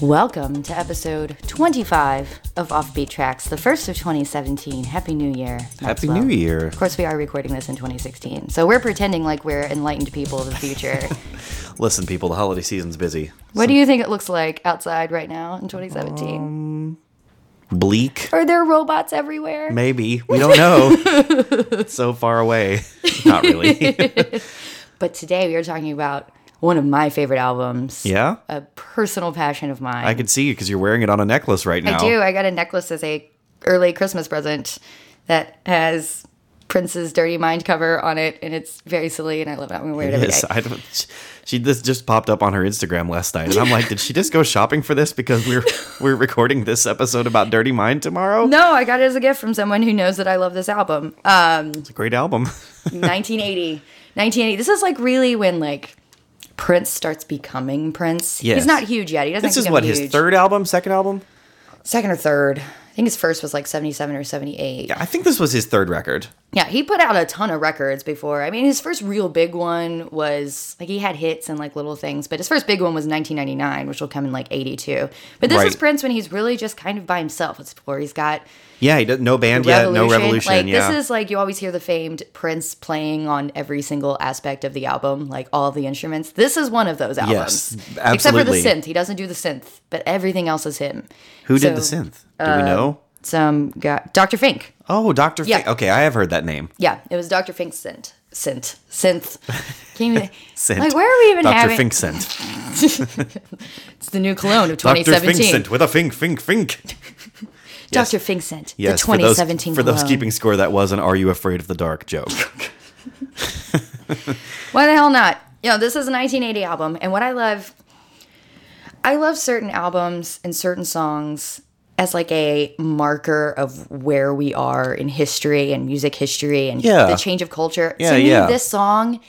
Welcome to episode 25 of Offbeat Tracks, the first of 2017. Happy New Year. Happy Maxwell. New Year. Of course, we are recording this in 2016, so we're pretending like we're enlightened people of the future. Listen, people, the holiday season's busy. what do you think it looks like outside right now in 2017? Um, Bleak, are there robots everywhere? maybe. We don't know. It's so far away. Not really. But today we are talking about one of my favorite albums. yeah? A personal passion of mine. I can see you because you're wearing it on a necklace right now. I do. I got a necklace as a early Christmas present that has Prince's Dirty Mind cover on it, and it's very silly, and I love it. I'm gonna wear it, every day. Yes, I don't. sh- She this just popped up on her Instagram last night, and I'm like, did she just go shopping for this? Because we're we're recording this episode about Dirty Mind tomorrow. No, I got it as a gift from someone who knows that I love this album. Um, It's a great album. 1980, 1980. This is like really when like Prince starts becoming Prince. He's Yes. not huge yet. He doesn't. This is become what huge. his third album, second album. second or third. I think his first was like 77 or 78. I think this was his third record. Yeah, he put out a ton of records before. I mean, his first real big one was like he had hits and like little things, but his first big one was 1999, which will come in like 82. But this is Right. Prince when he's really just kind of by himself. It's before he's got Yeah, he did no band yet, no revolution. Like yeah, this is like you always hear the famed Prince playing on every single aspect of the album, like all the instruments. This is one of those albums, except for the absolutely. synth. He doesn't do the synth, but everything else is him. who did the so, uh, synth? Do we know? Some guy, Dr. Fink. Oh, Dr. Yeah. Fink. Okay, I have heard that name. Yeah, it was Dr. Fink's synth. Synth. Synth. Can you, Scent. Like, where are we even Dr. having? Fink scent. It's the new cologne of Dr. Fink 2017. scent with a fink, fink, fink. Dr. Fink scent. Yes, the 2017 for those, for those cologne. keeping score, that was an "Are You Afraid of the Dark" joke. Why the hell not? You know, this is a 1980 album, and what I love, I love certain albums and certain songs as like a marker of where we are in history and music history and Yeah. the change of culture. Yeah, to me, yeah. this song,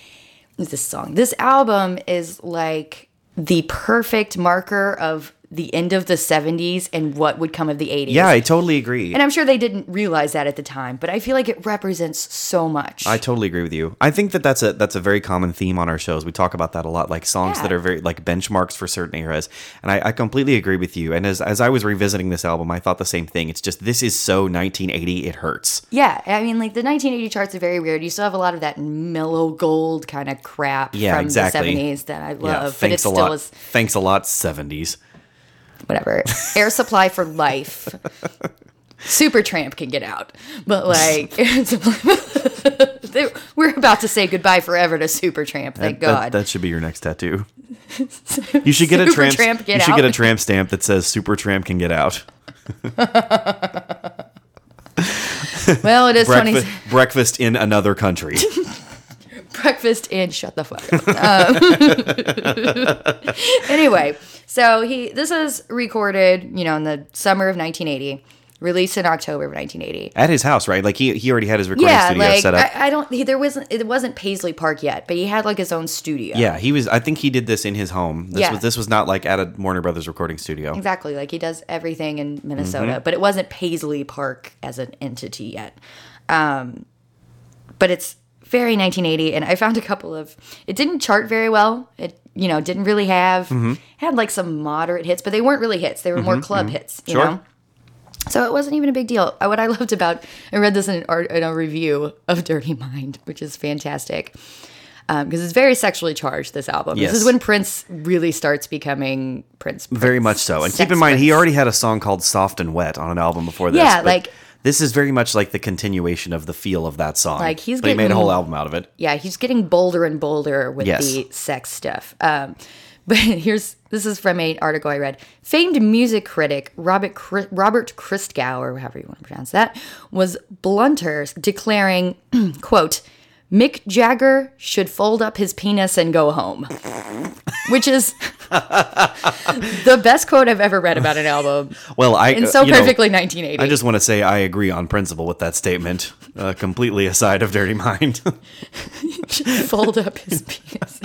this song, this album is like the perfect marker of the end of the 70s and what would come of the 80s. Yeah, I totally agree. And I'm sure they didn't realize that at the time, but I feel like it represents so much. I totally agree with you. I think that that's a that's a very common theme on our shows. We talk about that a lot, like songs Yeah. that are very like benchmarks for certain eras. And I, I completely agree with you. And as as I was revisiting this album, I thought the same thing. It's just this is so 1980, it hurts. Yeah, I mean, like the 1980 charts are very weird. You still have a lot of that mellow gold kind of crap Yeah, from exactly. the 70s that I Yeah, love, but it thanks a still lot. is Thanks a lot, 70s. whatever. Air Supply for life. Super Tramp can get out, but like Air Supply- They- we're about to say goodbye forever to Super Tramp. Thank God. That- That, should be your next tattoo. You should get a Super tramp. tramp, get you should get out. a tramp stamp that says "Super Tramp can get out." well, it is 20- Breakfast, breakfast in another country. breakfast and shut the fuck up. Um, anyway, so he this is recorded, you know, in the summer of 1980, released in October of 1980. At his house, right? Like he he already had his recording Yeah, studio like set up. I, I don't. He, there wasn't. It wasn't Paisley Park yet, but he had like his own studio. yeah, he was. I think he did this in his home. This Yeah. was this was not like at a Warner Brothers recording studio. Exactly. Like he does everything in Minnesota, Mm-hmm. but it wasn't Paisley Park as an entity yet. Um, but it's very 1980, and I found a couple of. It didn't chart very well. It you know didn't really have Mm-hmm. had like some moderate hits, but they weren't really hits. They were more club hits. You mm-hmm. Sure. know. So it wasn't even a big deal. Uh, What I loved about, I read this in, an art, in a review of Dirty Mind, which is fantastic because it's very sexually charged. This album. Yes. This is when Prince really starts becoming Prince. Very Prince. much so. And Sex keep in mind, he Prince. already had a song called "Soft and Wet" on an album before this. Yeah, but like- this is very much like the continuation of the feel of that song. Like, he's but he made a getting- whole album out of it. yeah, he's getting bolder and bolder with Yes. the sex stuff. Um, but here's this is from an article I read. Famed music critic Robert Chris, Robert Christgau, or however you want to pronounce that, was blunter, declaring, "quote Mick Jagger should fold up his penis and go home," which is the best quote I've ever read about an album, Well, I and uh, so you know, perfectly 1980. I just want to say I agree on principle with that statement. Uh, completely aside of Dirty Mind. just fold up his penis.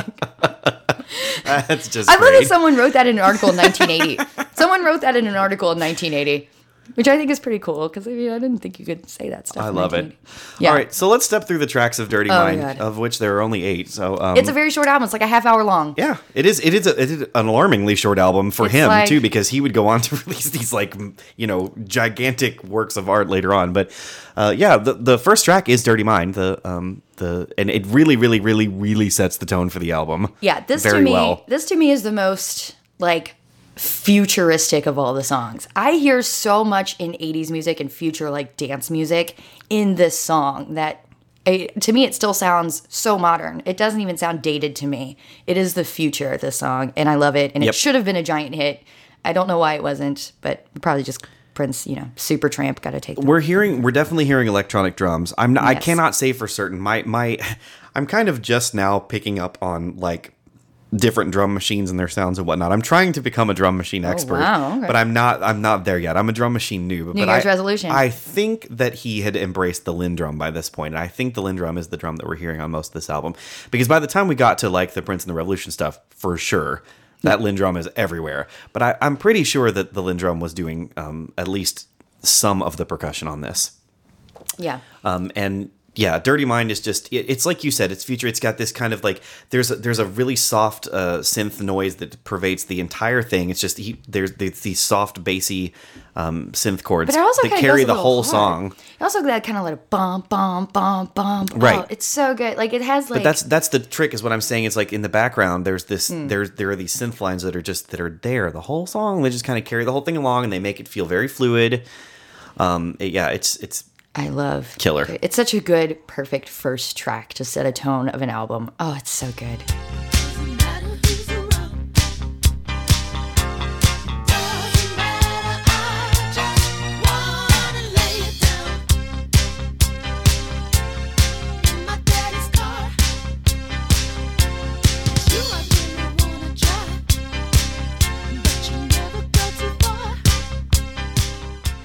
That's just I love great. that someone wrote that in an article in 1980. someone wrote that in an article in 1980. which I think is pretty cool because I mean I didn't think you could say that stuff. I in love it. 1980. Yeah. All right, so let's step through the tracks of Dirty Oh, Mind, God. of which there are only eight. So um, It's a very short album. It's like a half hour long. yeah, it is. It is, a, it is an alarmingly short album for It's him like- too, because he would go on to release these like m- you know gigantic works of art later on. But uh, yeah, the the first track is Dirty Mind. The um the and it really really really really sets the tone for the album. Yeah, this very to me, well. this to me is the most like futuristic of all the songs. I hear so much in 80s music and future like dance music in this song that it, to me it still sounds so modern. It doesn't even sound dated to me. It is the future this song and I love it and Yep. it should have been a giant hit. I don't know why it wasn't, but probably just Prince, you know, super tramp got to take the We're hearing we're definitely hearing electronic drums. I'm not, I Yes. cannot say for certain. My my I'm kind of just now picking up on like different drum machines and their sounds and whatnot. I'm trying to become a drum machine expert, Oh, wow, okay. but I'm not I'm not there yet. I'm a drum machine noob. but Year's I, resolution. I think that he had embraced the Lindrum by this point. And I think the Lindrum is the drum that we're hearing on most of this album because by the time we got to like the Prince and the Revolution stuff, for sure. That Lindrum is everywhere, but I, I'm pretty sure that the Lindrum was doing um, at least some of the percussion on this. Yeah. Um, and yeah, Dirty Mind is just it, it's like you said, it's future. It's got this kind of like there's a, there's a really soft uh, synth noise that pervades the entire thing. It's just he, there's, there's these soft bassy um, synth chords But it also that kinda carry goes a the little whole hard. song. It also that kind of like a bomb, bomb, bomb, bomb. Right. Oh, it's so good. Like it has like That's that's the trick is what I'm saying. It's like in the background there's this Hmm. there's there are these synth lines that are just that are there the whole song. They just kind of carry the whole thing along and they make it feel very fluid. Um, it- yeah, it's it's I love Killer. It's such a good, perfect first track to set a tone of an album. Oh, it's so good.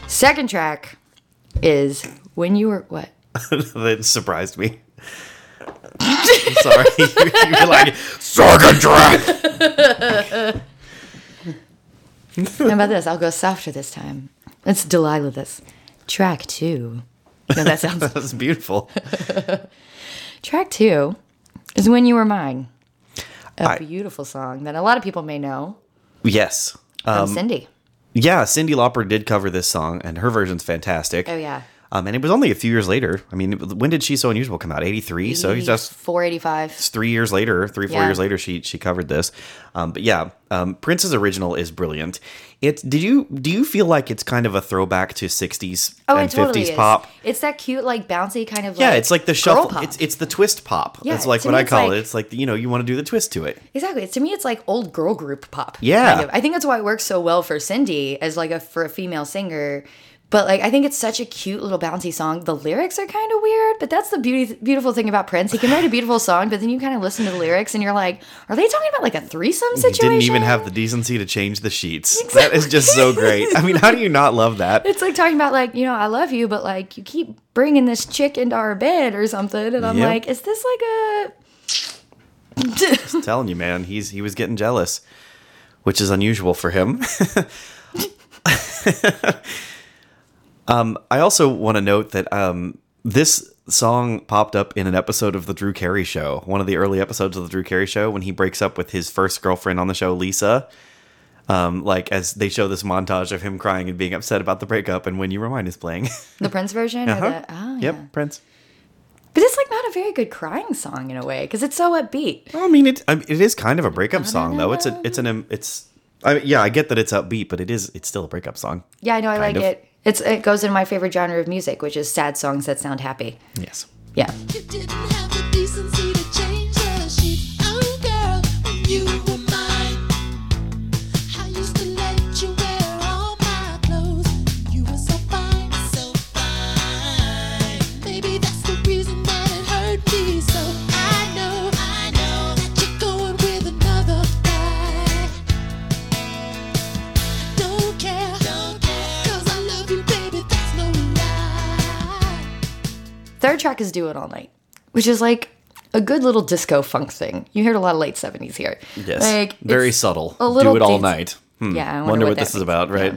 Second track is When You Were What? that surprised me. I'm sorry. you, you were like, Second draft! How about this? I'll go softer this time. It's Delilah this. Track two. No, that sounds. That's beautiful. track two is When You Were Mine. A I- beautiful song that a lot of people may know Yes. from Cindy. Yeah, Cindy Lauper did cover this song, and her version's fantastic. Oh, yeah. Um, and it was only a few years later. I mean, it- when did She's So Unusual come out? 83? So you just 485. three years later, three four Yeah. years later, she she covered this. Um, but yeah, um, Prince's original is brilliant. It's did you do you feel like it's kind of a throwback to '60s Oh, and it totally '50s is. pop? It's that cute, like bouncy kind of. Yeah, it's like the shuffle. pop. It's it's the twist pop. Yeah, That's like to what me I it's call like- it. It's like you know you want to do the twist to it. Exactly. To me, it's like old girl group pop. Yeah. kind of. I think that's why it works so well for Cindy as like a for a female singer. But like, I think it's such a cute little bouncy song. The lyrics are kind of weird, but that's the beauty, beautiful thing about Prince. He can write a beautiful song, but then you kind of listen to the lyrics and you're like, are they talking about like a threesome You situation? didn't even have the decency to change the sheets. That is just so great. I mean, how do you not love that? It's like talking about like you know I love you, but like you keep bringing this chick into our bed or something, and I'm Yep. like, is this like a I'm telling you, man, he's he was getting jealous, which is unusual for him. um, I also want to note that um, this song popped up in an episode of the Drew Carey Show, one of the early episodes of the Drew Carey Show, when he breaks up with his first girlfriend on the show, Lisa. Um, like as they show this montage of him crying and being upset about the breakup, and when you remind is playing. Uh-huh. the Prince version or the oh, yep, yeah. Prince. But it's like not a very good crying song in a way because it's so upbeat. I mean, it I mean, it is kind of a breakup song though. It's a it's an um, it's I mean, yeah, I get that it's upbeat, but it is it's still a breakup song. Yeah, I know. I like Kind of. it. It's it goes in my favorite genre of music, which is sad songs that sound happy. Yes. Yeah, You didn't have the decency to change the sheet. Oh, girl, when you were mine, I used to let you wear all my clothes. You were so fine, so fine. Maybe that's the reason that it hurt me. So I know, I know that you're going with another guy. Don't care, don't care, 'cause I love you, baby. That's no lie. third track is "Do It All Night," which is like a good little disco funk thing. You heard a lot of late seventies here. Yes. like Very it's- subtle. a little Do it all dance- night. Hmm. Yeah, I wonder, Wonder what, what that this is means. about, right?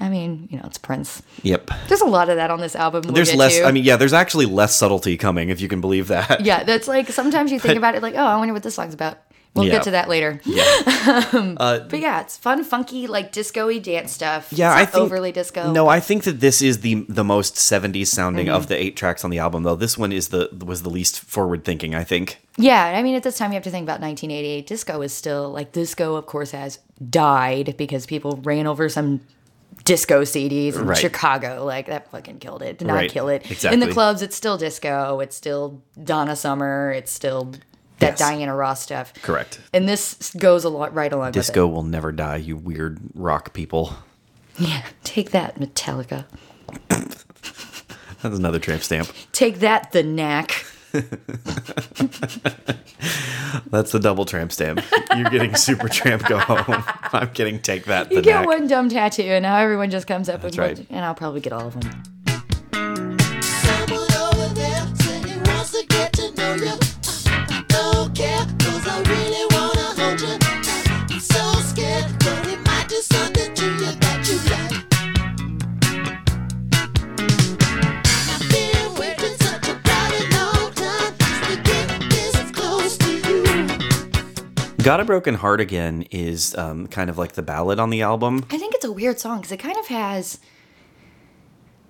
I mean, you know, it's Prince. Yep. There's a lot of that on this album. we'll There's get less. to. I mean, yeah. There's actually less subtlety coming, if you can believe that. yeah, that's like sometimes you think about it like, oh, I wonder what this song's about. We'll Yeah. get to that later. Um, Uh, But yeah, it's fun, funky, like disco-y dance stuff. yeah, It's I not think overly disco. Mm-hmm. No, I think that this is the the most '70s sounding of the eight tracks on the album, though. This one is the was the least forward thinking. I think. Yeah, I mean, at this time, you have to think about 1988. Disco is still like disco, of course, has died because people ran over some disco CDs in Right. Chicago. Like that fucking killed it. Did not Right, kill it. In exactly. the clubs, it's still disco. It's still Donna Summer. It's still that Yes. Diana Ross stuff. Correct. And this goes a lot right along Disco will never die, you weird rock people. with it. Yeah, take that, Metallica. That's another tramp stamp. Take that, The Knack. That's the double tramp stamp. You're getting super tramp go home. I'm getting take that. You the get neck. one dumb tattoo, and now everyone just comes up and, right. and I'll probably get all of them. Someone over there said he wants to get to know you. I don't care, 'cause I really wanna hold you. He's so scared, but he might do something to you that you like. I've been waiting such a bloody long time just to get this close to you. Got a Broken Heart Again is um, kind of like the ballad on the album. I think it's a weird song because it kind of has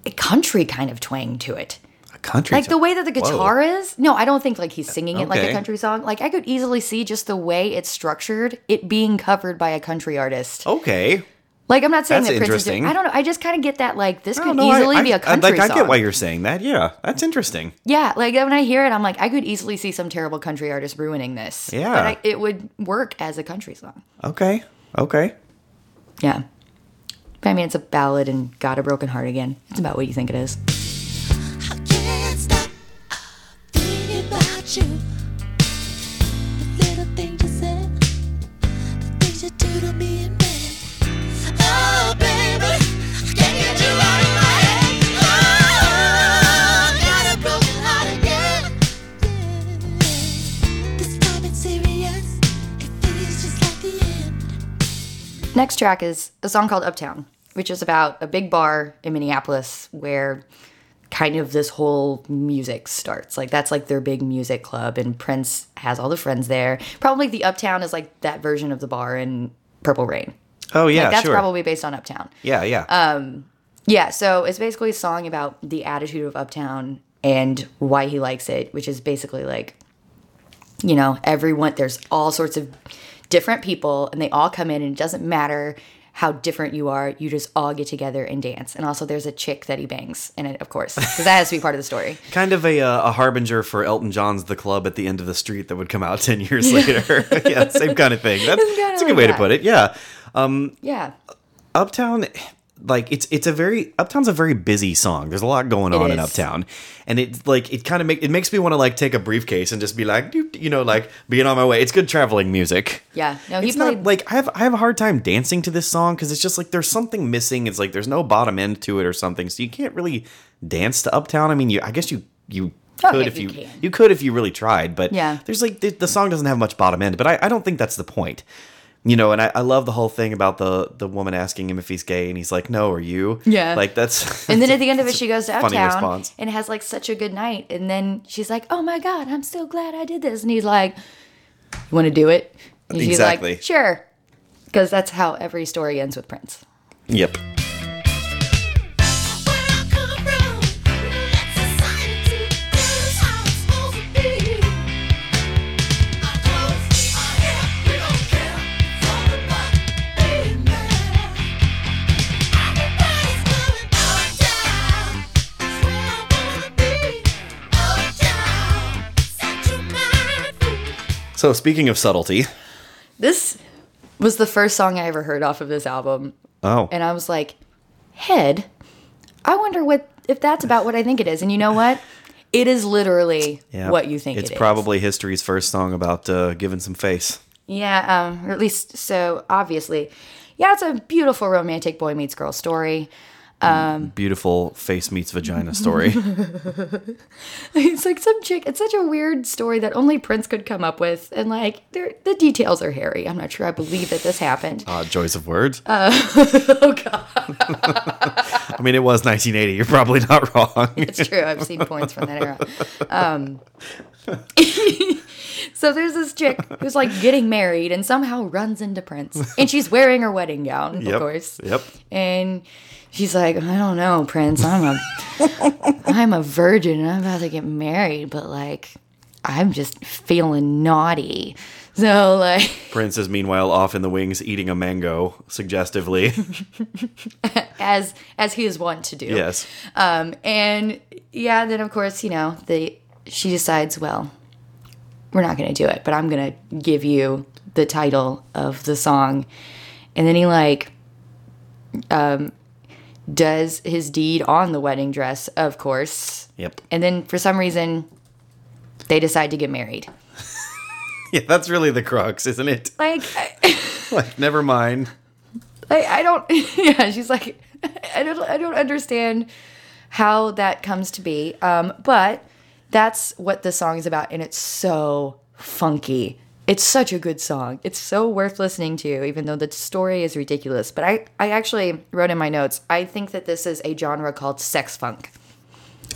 a country kind of twang to it. A country. Like the song. way that the Whoa. guitar is. No, I don't think like he's singing it like a Okay. country song. Like I could easily see just the way it's structured, it being covered by a country artist. Okay. Like I'm not saying That's that Prince is doing, interesting. I don't know. I just kind of get that like this I could don't know, I- easily I- be I- a country Like I song. get why you're saying that. Yeah, that's interesting. yeah, like when I hear it, I'm like I could easily see some terrible country artist ruining this. Yeah. but I, it would work as a country song. Okay. Okay. Yeah. But I mean, it's a ballad and got a broken heart again. It's about what you think it is. I can't stop thinking about you. The little things you said, the things you do to me in bed. Oh, baby, I can't get you out of my head. Oh, got a broken heart again. Yeah. This time it's serious. It feels just like the end. Next track is a song called Uptown, which is about a big bar in Minneapolis where kind of this whole music starts. Like that's like their big music club and Prince has all the friends there. Probably the Uptown is like that version of the bar in Purple Rain. Oh yeah, That's sure. probably uh, based on Uptown. yeah, yeah. Yeah, so it's basically a song about the attitude of Uptown and why he likes it, which is basically like, you know, everyone, there's all sorts of different people and they all come in and it doesn't matter how different you are, you just all get together and dance. And also there's a chick that he bangs in it, of course, because that has to be part of the story. kind of a uh, a harbinger for Elton John's "The Club at the End of the Street" that would come out ten years later. yeah, same kind of thing. That's, kinda that's a good like way that. to put it. Yeah, Yeah. Uptown, like it's it's a very Uptown's a very busy song. There's a lot going on in is. Uptown, and it's like it kind of make it makes me want to like take a briefcase and just be like, doop, you know, like being on my way. It's good traveling music. Yeah. No, he It's played. not like I have I have a hard time dancing to this song because it's just like there's something missing. It's like there's no bottom end to it or something, so you can't really dance to Uptown. I mean, you I guess you you Oh, could yeah, if you you can. you could if you really tried, but Yeah. there's like the, the song doesn't have much bottom end, but I, I don't think that's the point. You know, and I, I love the whole thing about the the woman asking him if he's gay, and he's like, "No, are you?" Yeah. like that's. and then at the end of it, she goes to funny Uptown response. and has like such a good night. And then she's like, "Oh my god, I'm so glad I did this." And he's like, "You want to do it?" And she's Exactly. like, "Sure," because that's how every story ends with Prince. yep. Where I come from, that's society. That's how it's supposed to be. Our clothes, our hair, we don't care. It's all about being there. Everybody's going uptown. It's where I wanna be. Uptown, set your mind free. So speaking of subtlety, This was the first song I ever heard off of this album, oh, and I was like, "Head, I wonder what if that's about what I think it is." And you know what? It is literally yeah. what you think It's it is. probably history's first song about uh, giving some face. Yeah, um, or at least so obviously. Yeah, it's a beautiful romantic boy meets girl story. beautiful face meets vagina story. it's like some chick. It's such a weird story that only Prince could come up with, and like they're- the details are hairy. I'm not sure I believe that this happened. uh, joys of words. oh god, I mean, it was 1980. You're probably not wrong. it's true. I've seen points from that era. Um, so there's this chick who's like getting married and somehow runs into Prince, and she's wearing her wedding gown, yep. of course. Yep. And she's like, I don't know, Prince. I'm a I'm a virgin and I'm about to get married, but like I'm just feeling naughty. So like Prince is meanwhile off in the wings eating a mango suggestively. as as he is wont to do. yes. Um and yeah, then of course, you know, the she decides, well, we're not gonna do it, but I'm gonna give you the title of the song. And then he like um does his deed on the wedding dress, of course. Yep. and then for some reason they decide to get married Yeah, that's really the crux, isn't it? like i, Like, never mind. I, I don't yeah she's like i don't i don't understand how that comes to be um but that's what the song is about and it's so funky it's such a good song it's so worth listening to even though the story is ridiculous but i i actually wrote in my notes i think that this is a genre called sex funk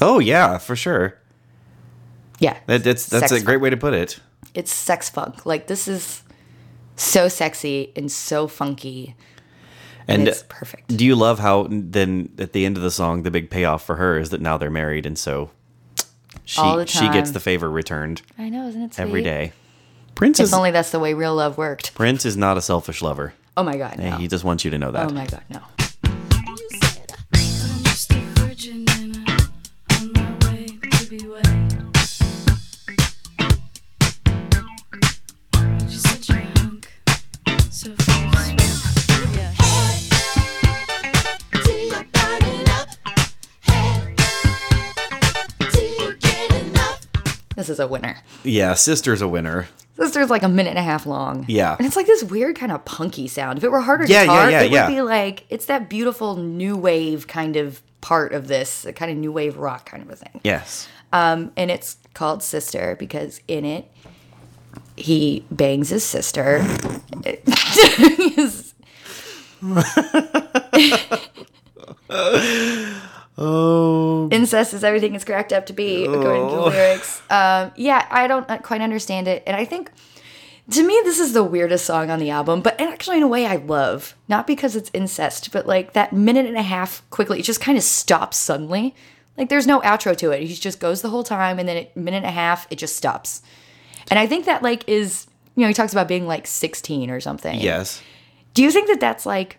Oh yeah, for sure. yeah That, that's that's Sex a great way to put it. it's sex funk like this is so sexy and so funky And uh, it's perfect. do you love how then at the end of the song the big payoff for her is that now they're married and so she All the she gets time. the favor returned I know, isn't it sweet? every day. Prince If is only that's the way real love worked. Prince is not a selfish lover. Oh my god, no. He just wants you to know that. oh my god, no. I'm just a virgin and I'm on my way to be way. She's such a hunk, so fierce. This is a winner. yeah, sister's a winner. Sister's like a minute and a half long. Yeah. And it's like this weird kind of punky sound. If it were harder Yeah, yeah, guitar, yeah, it yeah. would be like it's that beautiful new wave kind of part of this, the kind of new wave rock kind of a thing. Yes. Um, and it's called Sister because in it he bangs his sister. Oh incest is everything it's cracked up to be according to the lyrics um, yeah i don't uh, quite understand it and i think to me this is the weirdest song on the album but actually in a way i love not because it's incest but like that minute and a half quickly it just kind of stops suddenly like there's no outro to it he just goes the whole time and then a minute and a half it just stops and i think that like is you know he talks about being like 16 or something yes. do you think that that's like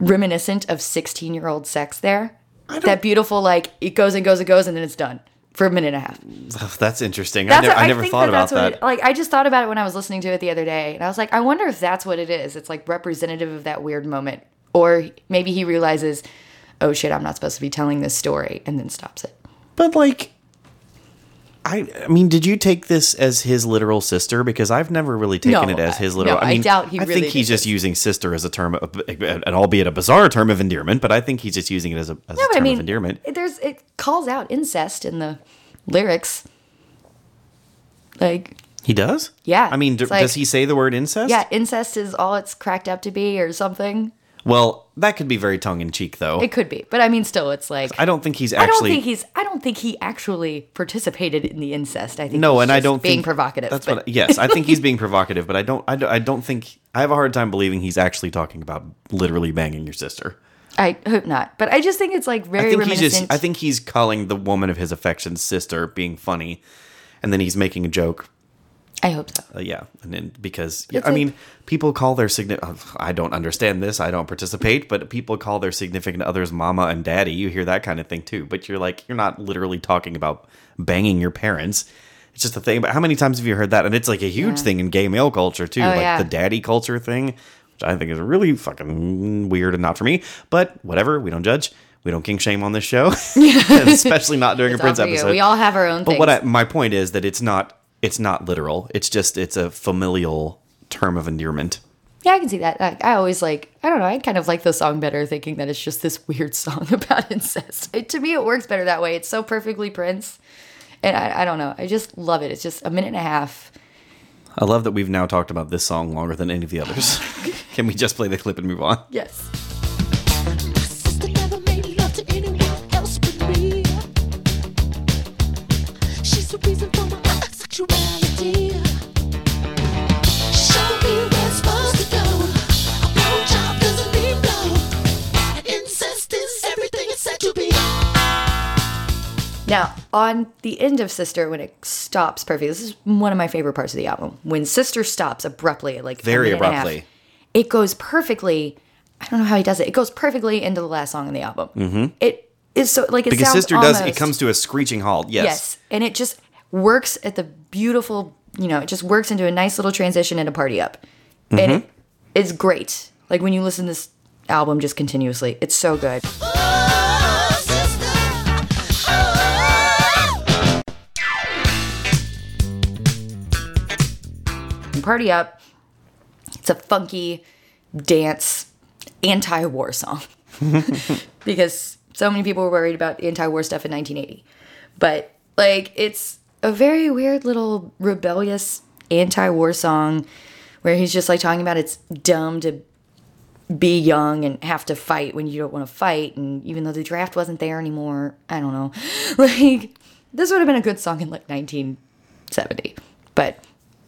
reminiscent of 16 year old sex there? That beautiful, like, it goes and goes and goes and then it's done for a minute and a half. Oh, that's interesting. That's I, ne- what- I never think thought about that's what that. it- like, I just thought about it when I was listening to it the other day and I was like, I wonder if that's what it is. It's like representative of that weird moment. Or maybe he realizes, oh shit, I'm not supposed to be telling this story and then stops it. But like I I mean, did you take this as his literal sister? Because I've never really taken No, it as I- his literal. no, I I mean, doubt he I really think he's did just using sister as a term, of, and albeit a bizarre term of endearment. But I think he's just using it as a, as No, a but I term mean, of endearment. it- there's it calls out incest in the lyrics. Like, He does. Yeah, I mean, d- it's like- does he say the word incest? yeah, incest is all it's cracked up to be or something. Well, that could be very tongue in cheek, though. It could be, but I mean, still, it's like I don't think he's I don't actually. think he's. I don't think he actually participated in the incest. I think no, he's and I just don't being think, provocative. That's but what. I- yes, I think he's being provocative, but I don't. I don't, I don't think. I have a hard time believing he's actually talking about literally banging your sister. I, hope not. But I just think it's like very I think he's reminiscent. just. I think he's calling the woman of his affection sister, being funny, and then he's making a joke. I hope so. Uh, yeah, and then because It's I like- mean, people call their significant. I don't understand this. I don't participate, but people call their significant others mama and daddy. You hear that kind of thing too. But you're like, you're not literally talking about banging your parents. It's just a thing. But how many times have you heard that? And it's like a huge Yeah. thing in gay male culture too, Oh, like yeah. the daddy culture thing, which I think is really fucking weird and not for me. But whatever, we don't judge. We don't king shame on this show, And especially not during a It's all Prince for you. episode. We all have our own But things. what I, my point is that it's not it's not literal. It's just it's a familial term of endearment. Yeah, I can see that. Like, I always like, I don't know, I kind of like the song better thinking that it's just this weird song about incest. It, to me, it works better that way. It's so perfectly Prince. And I, I don't know, I just love it. It's just a minute and a half. I love that we've now talked about this song longer than any of the others. Can we just play the clip and move on? Yes. My sister never made love to anyone else but me. She's the reason for my sexuality. Show me where it's supposed to go. A blowjob doesn't mean blow. And incest is everything it's said to be. Now, on the end of Sister, when it stops perfectly, this is one of my favorite parts of the album. When Sister stops abruptly, like a Very minute and a half, abruptly. it goes perfectly. I don't know how he does it. It goes perfectly into the last song in the album. Mm-hmm. It is so like it Because sounds Sister does, it almost- comes to a screeching halt. Yes. Yes. And it just works at the beautiful, you know, it just works into a nice little transition and a party up. And Mm-hmm. it, it's great. Like when you listen to this album just continuously, it's so good. Oh, sister. Oh. And party up, it's a funky dance anti war song. because so many people were worried about anti war stuff in 1980. But like it's a very weird little rebellious anti war song where he's just like talking about it's dumb to be young and have to fight when you don't want to fight and even though the draft wasn't there anymore i don't know like this would have been a good song in like 1970 but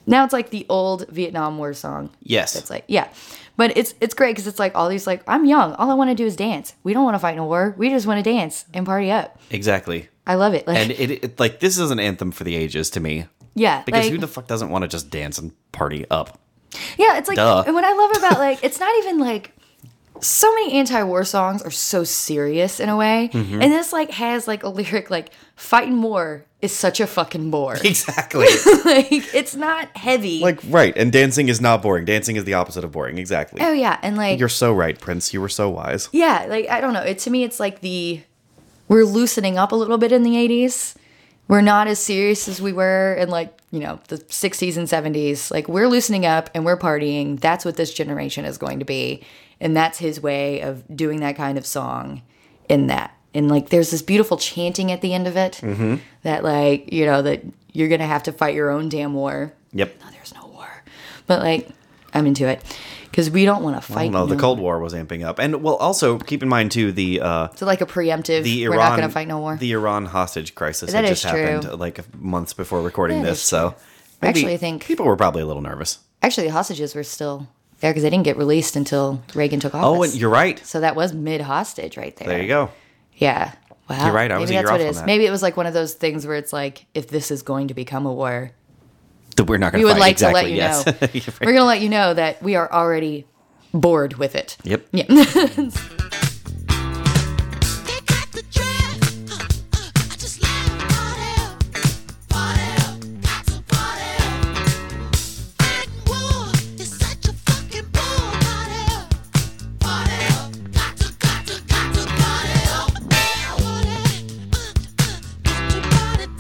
now it's like the old vietnam war song Yes. it's like yeah but it's it's great because it's like all these like i'm young all i want to do is dance we don't want to fight in a war we just want to dance and party up Exactly. i love it like And it, it like this is an anthem for the ages to me yeah because like, who the fuck doesn't want to just dance and party up? Yeah, it's like Duh. and what I love about like it's not even like so many anti-war songs are so serious in a way, Mm-hmm. and this like has like a lyric like "fighting war is such a fucking bore." Exactly. like it's not heavy. like right, and dancing is not boring. Dancing is the opposite of boring. Exactly. oh yeah, and like You're so right, Prince. You were so wise. yeah, like I don't know. It to me, it's like the we're loosening up a little bit in the '80s. We're not as serious as we were in like you know the '60s and '70s. Like we're loosening up and we're partying. That's what this generation is going to be, and that's his way of doing that kind of song. In that, and like there's this beautiful chanting at the end of it Mm-hmm. that like you know that you're gonna have to fight your own damn war. Yep. No, there's no war, but like I'm into it because we don't want to I fight. don't know. The no Cold War was amping up, and well, also keep in mind too the uh, So like a preemptive, the we're Iran not going to fight no war. The Iran hostage crisis That that is just happened true. like months before recording That this, is so Actually, maybe I think- people were probably a little nervous. Actually, the hostages were still there because they didn't get released until Reagan took office. Oh, and you're right. so that was mid hostage right there. There you go. Yeah. Wow. You're right, I Maybe was a that's year what off it on is. that. Maybe it was like one of those things where it's like, if this is going to become a war, That we're not going we to would fight. like exactly. to let you yes. know. We're going to let you know that we are already bored with it. Yep. Yeah. They cut the track. I just like party up, party up, got to party up. Fighting war is such a fucking bore. Party up, party up, got to, got to, got to party up. Party, Uh, got to party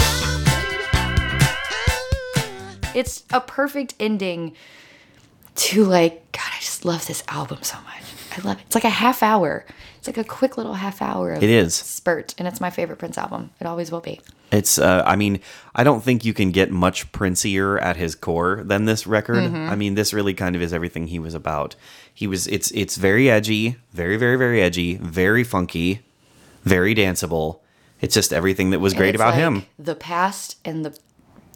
down, baby. it's a perfect ending to like god i just love this album so much i love it it's like a half hour it's like a quick little half hour of It is. spurt and it's my favorite prince album it always will be It's. Uh, I mean, I don't think you can get much Princier at his core than this record. Mm-hmm. I mean, this really kind of is everything he was about. He was. It's. It's very edgy, very, very, very edgy, very funky, very danceable. It's just everything that was great It's about like him. Mm-hmm. the past and the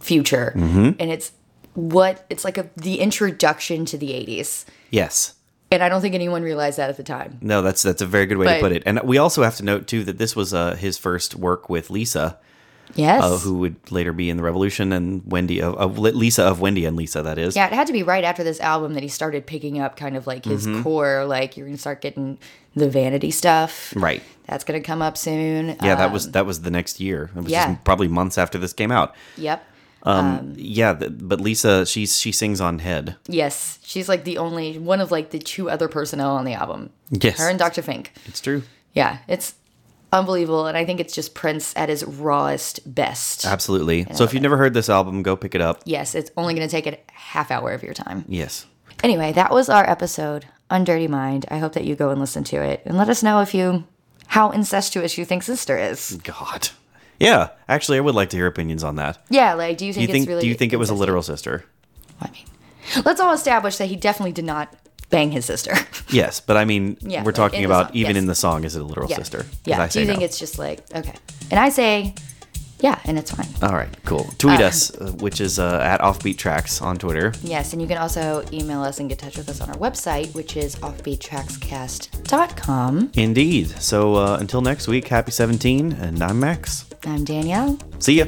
future and it's what it's like a, the introduction to the 80s Yes. and i don't think anyone realized that at the time No, that's that's a very good way But- to put it. And we also have to note too that this was uh, his first work with Lisa, yes uh, who would later be in the Revolution and Wendy of, of Lisa of Wendy and Lisa. That is. Yeah, it had to be right after this album that he started picking up kind of like his Mm-hmm. core. Like you're gonna start getting the vanity stuff, Right. That's gonna come up soon. Yeah, Um, that was that was the next year. It was yeah. Um, just probably months after this came out. Um, Yep. Yeah, th- but Lisa, she she sings on head. Yes, she's like the only one of like the two other personnel on the album. Yes. Her and Dr. Fink. It's true. Yeah, it's unbelievable, and I think it's just Prince at his rawest best. Absolutely. So if you've never heard this album, go pick it up. yes, it's only gonna take a half hour of your time. Yes. Anyway, that was our episode on Dirty Mind. I hope that you go and listen to it and let us know if you how incestuous you think Sister is. God. Yeah, actually, I would like to hear opinions on that. Yeah, like do you Do you think think? it's really do you think it was a incestuous? literal sister? I mean, let's all establish that he definitely did not bang his sister. Yes, but I mean, Yeah, we're like, talking in the about song, even yes. in the song, is it a literal Yeah. sister? 'Cause Yeah. I Do you say think no. it's just like okay? And I say, yeah, and it's fine. All right, cool. Tweet us, uh, which is uh, at Offbeat Tracks on Twitter. Yes, and you can also email us and get in touch with us on our website, which is offbeattrackscast.com. Indeed. So uh, until next week, happy 17, and I'm Max. I'm Danielle. See ya.